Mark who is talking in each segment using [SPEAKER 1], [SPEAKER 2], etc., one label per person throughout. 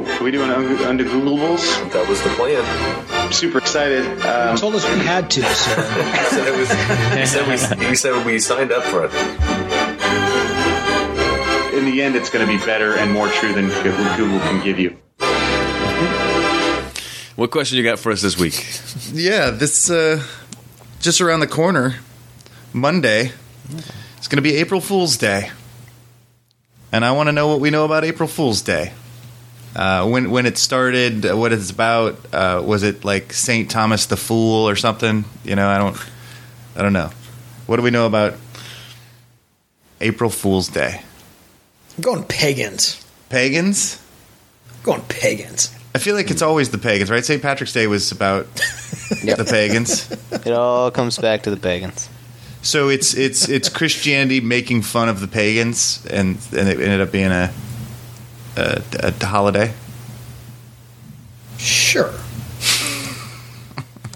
[SPEAKER 1] un- under Googleables.
[SPEAKER 2] That was the plan.
[SPEAKER 1] I'm super excited. Um,
[SPEAKER 3] told us we had to. So.
[SPEAKER 2] He said, it was, he, said we, he said we signed up for it.
[SPEAKER 1] in the end, it's going to be better and more true than Google Google can give you.
[SPEAKER 4] What question you got for us this week?
[SPEAKER 5] Yeah, this uh, just around the corner. Monday, it's going to be April Fool's Day, and I want to know what we know about April Fool's Day. Uh, when when it started, uh, what it's about? Uh, was it like Saint Thomas the Fool or something? You know, I don't, I don't know. What do we know about April Fool's Day?
[SPEAKER 3] I'm going pagans.
[SPEAKER 5] Pagans?
[SPEAKER 3] I'm going pagans.
[SPEAKER 5] I feel like it's always the pagans, right? St. Patrick's Day was about
[SPEAKER 6] Yep.
[SPEAKER 5] the pagans.
[SPEAKER 6] It all comes back to the pagans.
[SPEAKER 5] So it's it's it's Christianity making fun of the pagans, and and it ended up being a a, a holiday.
[SPEAKER 3] Sure.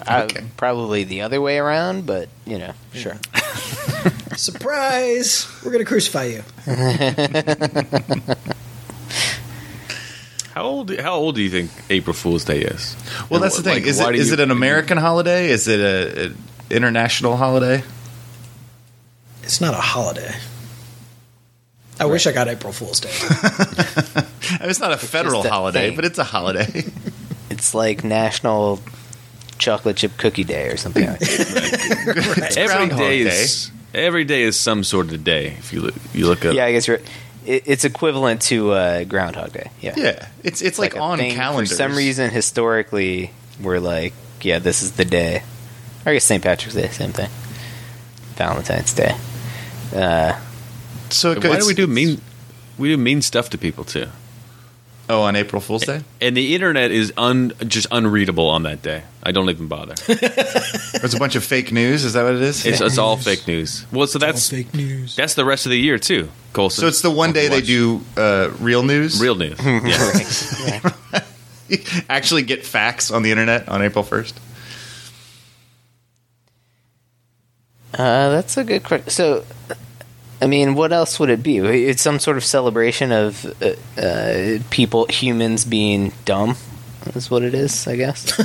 [SPEAKER 6] Uh,
[SPEAKER 5] Okay.
[SPEAKER 6] probably the other way around, but you know, sure.
[SPEAKER 3] Surprise! We're gonna crucify you.
[SPEAKER 4] How old? How old do you think April Fool's Day is?
[SPEAKER 5] Well,
[SPEAKER 4] And
[SPEAKER 5] that's the
[SPEAKER 4] what-
[SPEAKER 5] thing.
[SPEAKER 4] like,
[SPEAKER 5] is
[SPEAKER 4] why
[SPEAKER 5] it
[SPEAKER 4] do
[SPEAKER 5] is
[SPEAKER 4] you-
[SPEAKER 5] it an American holiday? Is it a, a international holiday?
[SPEAKER 3] It's not a holiday. I wish I got April Fool's Day.
[SPEAKER 5] I mean, it's not a federal
[SPEAKER 6] just a
[SPEAKER 5] holiday,
[SPEAKER 6] thing.
[SPEAKER 5] but it's a holiday.
[SPEAKER 6] It's like National Chocolate Chip Cookie Day or something. like that.
[SPEAKER 4] Every
[SPEAKER 5] Groundhog
[SPEAKER 4] day is every day is some sort of day. If you look, you look up.
[SPEAKER 6] yeah, I guess you're. It, it's equivalent to uh, Groundhog Day. Yeah,
[SPEAKER 5] yeah, it's it's like,
[SPEAKER 6] a
[SPEAKER 5] on
[SPEAKER 6] thing-
[SPEAKER 5] calendars.
[SPEAKER 6] For some reason, historically, we're like, yeah, this is the day. I guess St. Patrick's Day, same thing. Valentine's Day. Uh,
[SPEAKER 5] So it
[SPEAKER 4] Why
[SPEAKER 5] goes-
[SPEAKER 4] do we do mean? We do mean stuff to people too.
[SPEAKER 5] Oh, on April Fool's Day,
[SPEAKER 4] And the internet is un just unreadable on that day. I don't even bother.
[SPEAKER 5] there's a bunch of fake news. Is that what it is?
[SPEAKER 4] It's, it's all fake news. Well, so that's
[SPEAKER 3] fake news.
[SPEAKER 4] that's the rest of the year too, Colson.
[SPEAKER 5] So it's the one
[SPEAKER 4] Welcome
[SPEAKER 5] day
[SPEAKER 4] to
[SPEAKER 5] they
[SPEAKER 4] watch.
[SPEAKER 5] do Hmm. uh, real news.
[SPEAKER 4] real news. Yeah.
[SPEAKER 5] actually get facts on the internet on April first.
[SPEAKER 6] Uh, that's a good question. So, I mean, what else would it be? It's some sort of celebration of uh, uh, people, humans being dumb, is what it is, I guess.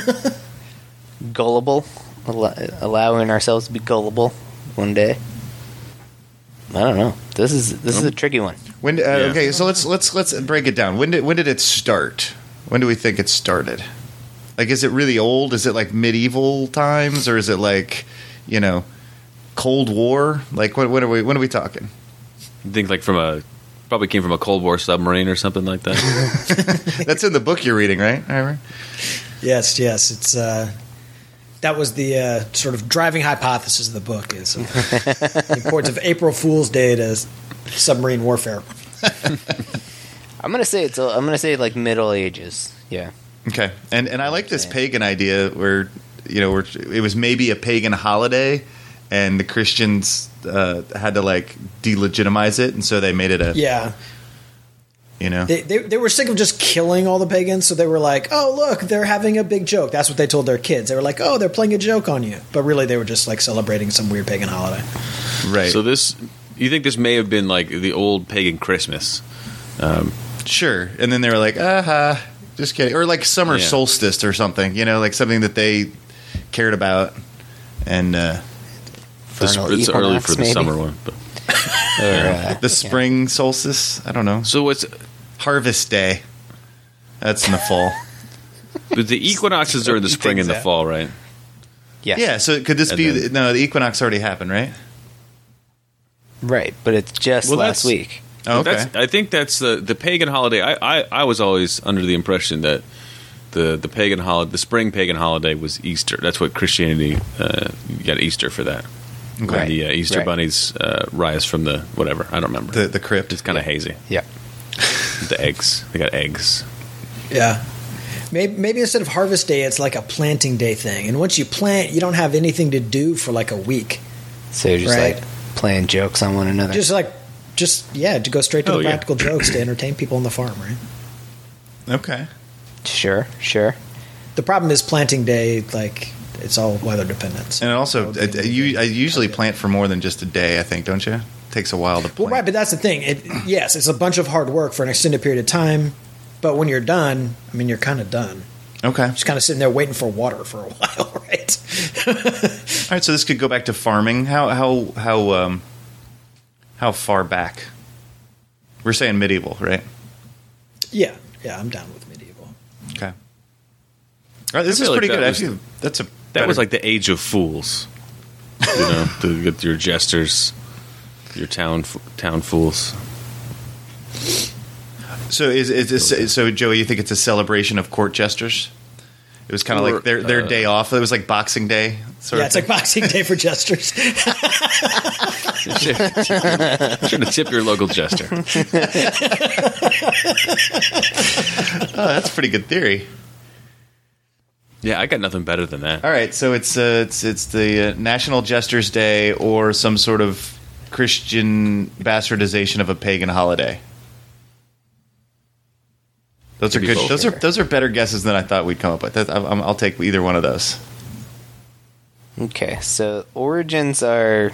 [SPEAKER 6] gullible, Allow- allowing ourselves to be gullible one day. I don't know. This is this is
[SPEAKER 4] Um,
[SPEAKER 6] a tricky one.
[SPEAKER 5] When uh,
[SPEAKER 4] Yeah.
[SPEAKER 5] okay, so let's let's let's break it down. When did when did it start? When do we think it started? Like, is it really old? Is it like medieval times, or is it like you know Cold War? Like, what what are we when are we talking?
[SPEAKER 4] I think like from a probably came from a Cold War submarine or something like that.
[SPEAKER 5] That's in the book you're reading, right? Ira?
[SPEAKER 3] Yes, yes. It's uh, that was the uh, sort of driving hypothesis of the book is uh, the importance of April Fool's Day to submarine warfare.
[SPEAKER 6] I'm gonna say it's. a- I'm gonna say like Middle Ages. Yeah.
[SPEAKER 5] Okay, and and I like this pagan idea where you know where it was maybe a pagan holiday, and the Christians uh, had to like delegitimize it, and so they made it a
[SPEAKER 3] Yeah,
[SPEAKER 5] you know
[SPEAKER 3] they, they they were sick of just killing all the pagans, so they were like, "Oh, look, they're having a big joke." That's what they told their kids. They were like, "Oh, they're playing a joke on you," but really they were just like celebrating some weird pagan holiday.
[SPEAKER 5] right.
[SPEAKER 4] so this, you think this may have been like the old pagan Christmas?
[SPEAKER 5] Sure. And then they were like, uh huh. Just kidding. Or like summer
[SPEAKER 4] Yeah.
[SPEAKER 5] solstice or something, you know, like something that they cared about. And uh,
[SPEAKER 4] This,
[SPEAKER 6] Vernal
[SPEAKER 4] it's early
[SPEAKER 6] equinox,
[SPEAKER 4] for the
[SPEAKER 6] maybe?
[SPEAKER 4] summer one. But.
[SPEAKER 6] Or, uh,
[SPEAKER 5] the spring solstice, I don't know.
[SPEAKER 4] So it's
[SPEAKER 5] Harvest day. That's in the fall.
[SPEAKER 4] but the equinoxes are in the spring and the
[SPEAKER 6] that.
[SPEAKER 4] fall, right?
[SPEAKER 6] yes.
[SPEAKER 5] yeah. So could this
[SPEAKER 4] And
[SPEAKER 5] be.
[SPEAKER 4] then-
[SPEAKER 5] no, the equinox already happened, right?
[SPEAKER 6] Right, but it's just
[SPEAKER 4] Well,
[SPEAKER 6] last
[SPEAKER 4] that's-
[SPEAKER 6] week.
[SPEAKER 5] Oh, okay.
[SPEAKER 4] That's, I think that's the the pagan holiday. I, I, I was always under the impression that the the pagan holiday, the spring pagan holiday, was Easter. That's what Christianity uh, you got Easter for that.
[SPEAKER 5] Okay.
[SPEAKER 4] When the uh, Easter
[SPEAKER 6] Right.
[SPEAKER 4] bunnies uh, rise from the whatever. I don't remember.
[SPEAKER 5] The, the crypt.
[SPEAKER 4] it's kind of hazy.
[SPEAKER 6] Yeah.
[SPEAKER 4] The eggs. They got eggs.
[SPEAKER 3] Yeah. Maybe, maybe instead of harvest day, it's like a planting day thing. And once you plant, you don't have anything to do for like a week.
[SPEAKER 6] So you're just
[SPEAKER 3] Right.
[SPEAKER 6] like playing jokes on one another.
[SPEAKER 3] Just like, just yeah, to go straight to
[SPEAKER 4] Oh,
[SPEAKER 3] the
[SPEAKER 4] yeah.
[SPEAKER 3] practical jokes to entertain people on the farm, right?
[SPEAKER 5] Okay.
[SPEAKER 6] Sure, sure.
[SPEAKER 3] The problem is planting day, like it's all weather dependent. so-
[SPEAKER 5] And also, I, I- you, I usually plant for more than just a day, I think, don't you? Takes a while to plant.
[SPEAKER 3] well, right, but that's the thing. It, yes, it's a bunch of hard work for an extended period of time. But when you're done, I mean, you're kind of done.
[SPEAKER 5] Okay.
[SPEAKER 3] Just kind of sitting there waiting for water for a while, right?
[SPEAKER 5] All right, so this could go back to farming. How how how um how far back? We're saying medieval, right?
[SPEAKER 3] yeah, yeah, I'm down with medieval.
[SPEAKER 5] Okay. All right, this is
[SPEAKER 4] I feel like
[SPEAKER 5] pretty
[SPEAKER 4] that
[SPEAKER 5] good.
[SPEAKER 4] was-
[SPEAKER 5] Actually, that's a
[SPEAKER 4] That was
[SPEAKER 5] better-
[SPEAKER 4] like the age of fools. You know, to get your jesters, your town f- town fools.
[SPEAKER 5] so. Is, is this so, Joey? You think it's a celebration of court jesters? It was kind of
[SPEAKER 4] Or,
[SPEAKER 5] like their their
[SPEAKER 4] uh,
[SPEAKER 5] day off. It was like Boxing Day. Sort
[SPEAKER 3] Yeah,
[SPEAKER 5] of
[SPEAKER 3] it's like Boxing Day for jesters.
[SPEAKER 4] sure to tip your local jester.
[SPEAKER 5] oh, that's a pretty good theory.
[SPEAKER 4] Yeah, I got nothing better than that.
[SPEAKER 5] All right, so it's uh, it's it's the uh, National Jesters Day or some sort of Christian bastardization of a pagan holiday. Those are
[SPEAKER 4] be
[SPEAKER 5] good.
[SPEAKER 4] both.
[SPEAKER 5] Those are those are better guesses than I thought we'd come up with. That, I, I'm, I'll take either one of those.
[SPEAKER 6] Okay, so origins are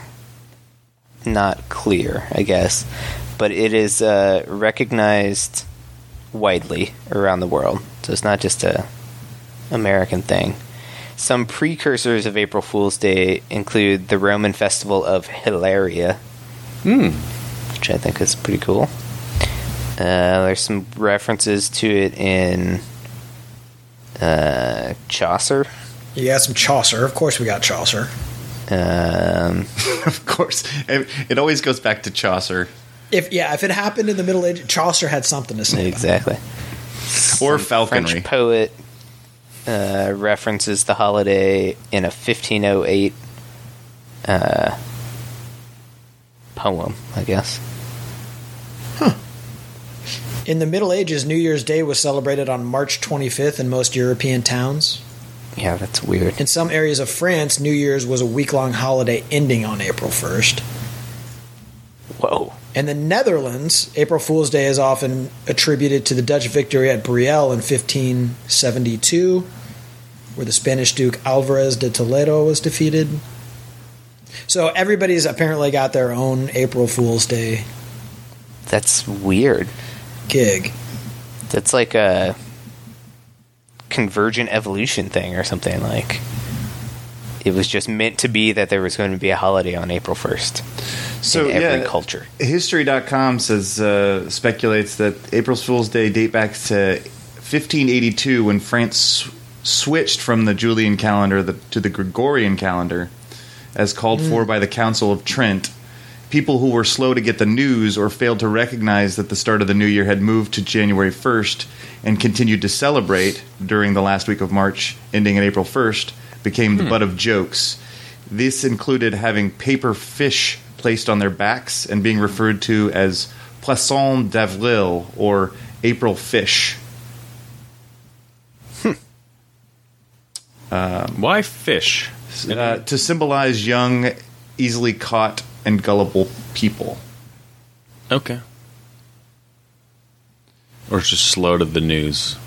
[SPEAKER 6] not clear, I guess, but it is uh, recognized widely around the world. So it's not just a American thing. Some precursors of April Fool's Day include the Roman festival of Hilaria, which I think is pretty cool. Uh, there's some references to it in uh, Chaucer.
[SPEAKER 3] you got some Chaucer. Of course, we got Chaucer.
[SPEAKER 6] Um,
[SPEAKER 5] of course, it, it always goes back to Chaucer
[SPEAKER 3] If yeah, if it happened in the Middle Ages, Chaucer had something to say. About it.
[SPEAKER 6] exactly.
[SPEAKER 5] or
[SPEAKER 6] French
[SPEAKER 5] falconry.
[SPEAKER 6] poet uh, references the holiday in a 1508 uh, poem, I guess.
[SPEAKER 3] In the Middle Ages, New Year's Day was celebrated on March 25th in most European towns.
[SPEAKER 6] Yeah, that's weird.
[SPEAKER 3] In some areas of France, New Year's was a week-long holiday ending on April 1st.
[SPEAKER 6] Whoa.
[SPEAKER 3] In the Netherlands, April Fool's Day is often attributed to the Dutch victory at Brielle in 1572, where the Spanish Duke Alvarez de Toledo was defeated. So everybody's apparently got their own April Fool's Day
[SPEAKER 6] That's weird.
[SPEAKER 3] gig.
[SPEAKER 6] That's like a convergent evolution thing or something like. It was just meant to be that there was going to be a holiday on April 1st
[SPEAKER 5] So
[SPEAKER 6] in every
[SPEAKER 5] Oh, yeah,
[SPEAKER 6] culture.
[SPEAKER 5] History.com says uh, speculates that April Fool's Day date back to 1582 when France switched from the Julian calendar the, to the Gregorian calendar, as called for by the Council of Trent. People who were slow to get the news or failed to recognize that the start of the new year had moved to January 1st and continued to celebrate during the last week of March, ending in April 1st, became the butt of jokes. This included having paper fish placed on their backs and being referred to as poisson d'avril or April fish.
[SPEAKER 4] Why fish?
[SPEAKER 5] uh, to symbolize young, easily caught, and gullible people.
[SPEAKER 4] Okay. Or it's just slow to the news.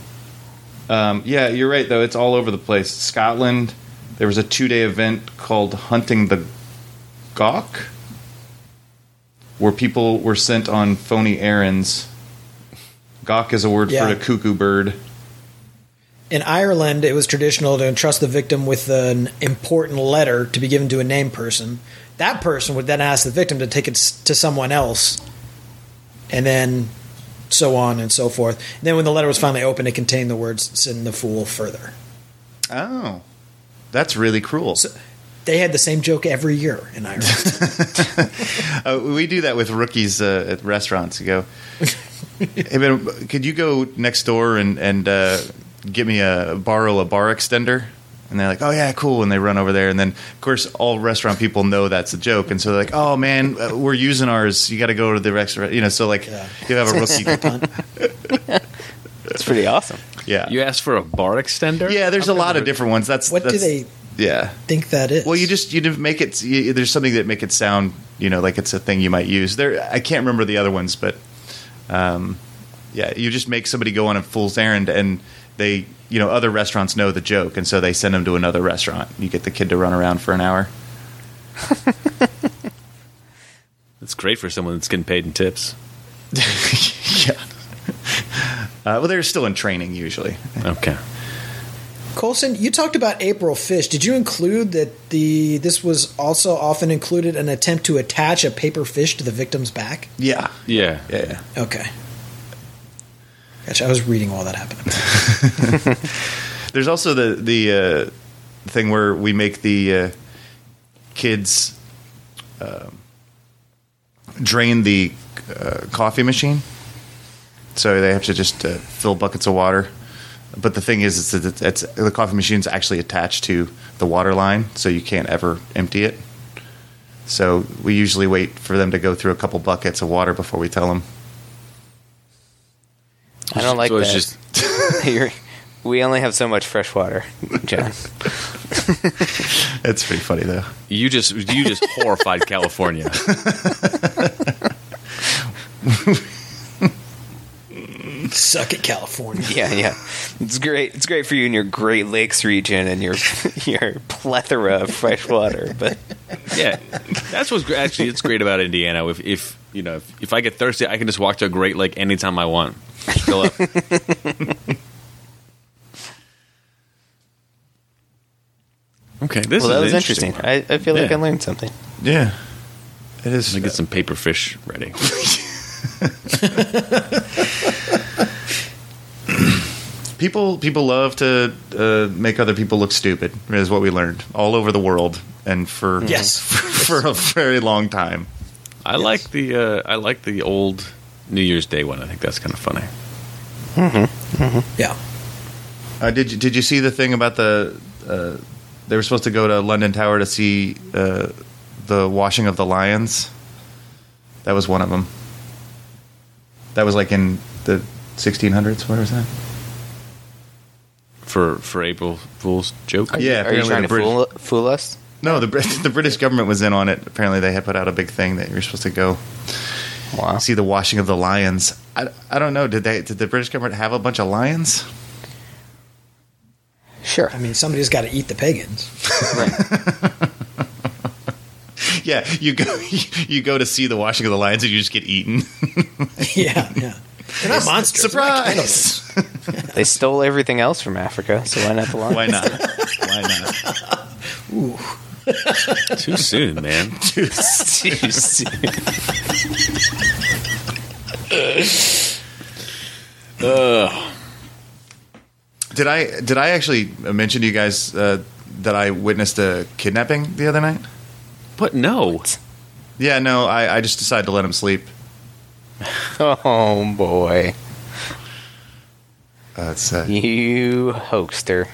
[SPEAKER 5] Um, yeah, you're right, though. It's all over the place. Scotland, there was a two day event called Hunting the Gawk, where people were sent on phony errands. Gawk is a word
[SPEAKER 3] Yeah.
[SPEAKER 5] for a cuckoo bird.
[SPEAKER 3] In Ireland, it was traditional to entrust the victim with an important letter to be given to a named person. That person would then ask the victim to take it s- to someone else, and then so on and so forth. And then, when the letter was finally opened, it contained the words "send the fool further."
[SPEAKER 5] Oh, that's really cruel.
[SPEAKER 3] They had the same joke every year in Ireland.
[SPEAKER 5] Uh, we do that with rookies uh, at restaurants. You go, hey man, could you go next door and and uh, get me a borrow a bar extender? And they're like, oh yeah, cool. And they run over there, and then of course all restaurant people know that's a joke, and so they're like, oh man, uh, we're using ours. You got to go to the restaurant, you know. So like,
[SPEAKER 3] Yeah.
[SPEAKER 5] you have a rookie,
[SPEAKER 6] It's pretty awesome.
[SPEAKER 5] yeah,
[SPEAKER 4] You asked for a bar extender?
[SPEAKER 5] yeah. There's a lot of different ones. That's
[SPEAKER 3] what do
[SPEAKER 5] that's-
[SPEAKER 3] they
[SPEAKER 5] Yeah.
[SPEAKER 3] think that is?
[SPEAKER 5] Well, you just you didn't make it. You, there's something that make it sound, you know, like it's a thing you might use. There, I can't remember the other ones, but um, yeah, you just make somebody go on a fool's errand, and they, you know, other restaurants know the joke, and so they send them to another restaurant. You get the kid to run around for an hour.
[SPEAKER 4] It's great for someone that's getting paid in tips.
[SPEAKER 5] yeah. Uh, well, they're still in training usually.
[SPEAKER 4] Okay.
[SPEAKER 3] Colson, you talked about April Fish. Did you include that the this was also often included an attempt to attach a paper fish to the victim's back?
[SPEAKER 5] Yeah,
[SPEAKER 4] Yeah.
[SPEAKER 5] yeah, yeah.
[SPEAKER 3] Okay. Gotcha. I was reading while that happened.
[SPEAKER 5] There's also the the uh, thing where we make the uh, kids um, drain the uh, coffee machine, so they have to just uh, fill buckets of water. But the thing is, it's, that it's, it's the coffee machine's actually attached to the water line, so you can't ever empty it. So we usually wait for them to go through a couple buckets of water before we tell them.
[SPEAKER 6] I don't like
[SPEAKER 4] so
[SPEAKER 6] that.
[SPEAKER 4] it's just
[SPEAKER 6] You're- we only have so much fresh water, John.
[SPEAKER 5] It's pretty funny though.
[SPEAKER 4] you just you just horrified California.
[SPEAKER 3] Suck it, California.
[SPEAKER 6] yeah, yeah. It's great. It's great for you in your Great Lakes region and your your plethora of fresh water. But
[SPEAKER 4] Yeah, that's what's great. actually it's great about Indiana. If if you know if, if I get thirsty, I can just walk to a Great Lake anytime I want. Just Fill up. okay, this
[SPEAKER 6] well, that was
[SPEAKER 4] is an
[SPEAKER 6] interesting.
[SPEAKER 4] one.
[SPEAKER 6] I, I feel like
[SPEAKER 4] Yeah.
[SPEAKER 6] I learned something.
[SPEAKER 5] Yeah, it is.
[SPEAKER 4] Let me get some paper fish ready.
[SPEAKER 5] people people love to uh, make other people look stupid is what we learned all over the world and for
[SPEAKER 3] Yes.
[SPEAKER 5] for, for a very long time
[SPEAKER 4] I like the uh, I like the old New Year's Day one. I think that's kind of funny.
[SPEAKER 3] Yeah.
[SPEAKER 5] uh, did you did you see the thing about the uh, they were supposed to go to London Tower to see uh, the washing of the lions that was one of them that was like in the 1600s where was that
[SPEAKER 4] For for April Fool's joke.
[SPEAKER 5] you- Yeah,
[SPEAKER 6] are you
[SPEAKER 5] apparently
[SPEAKER 6] trying
[SPEAKER 5] the
[SPEAKER 6] to
[SPEAKER 5] British-
[SPEAKER 6] fool, fool us?
[SPEAKER 5] no the Brit- the British government was in on it apparently they had put out a big thing that you're supposed to go
[SPEAKER 6] Wow.
[SPEAKER 5] see the washing of the lions. I, I don't know. Did they did the British government have a bunch of lions?
[SPEAKER 6] Sure.
[SPEAKER 3] I mean, somebody's got to eat the pagans.
[SPEAKER 6] Right.
[SPEAKER 5] Yeah, you go you go to see the washing of the lions and you just get eaten.
[SPEAKER 3] yeah. Yeah. They're not monsters. They're not cannibals.
[SPEAKER 5] Surprise!
[SPEAKER 6] they stole everything else from Africa, so why not the lions?
[SPEAKER 5] Why not? Why not?
[SPEAKER 4] Too soon, man.
[SPEAKER 6] Jeez.
[SPEAKER 5] Did I did I actually mention to you guys uh, that I witnessed a kidnapping the other night?
[SPEAKER 4] But no,
[SPEAKER 5] Yeah, no, I, I just decided to let him sleep.
[SPEAKER 6] oh boy,
[SPEAKER 5] Uh, it's, uh,
[SPEAKER 6] you hoaxer!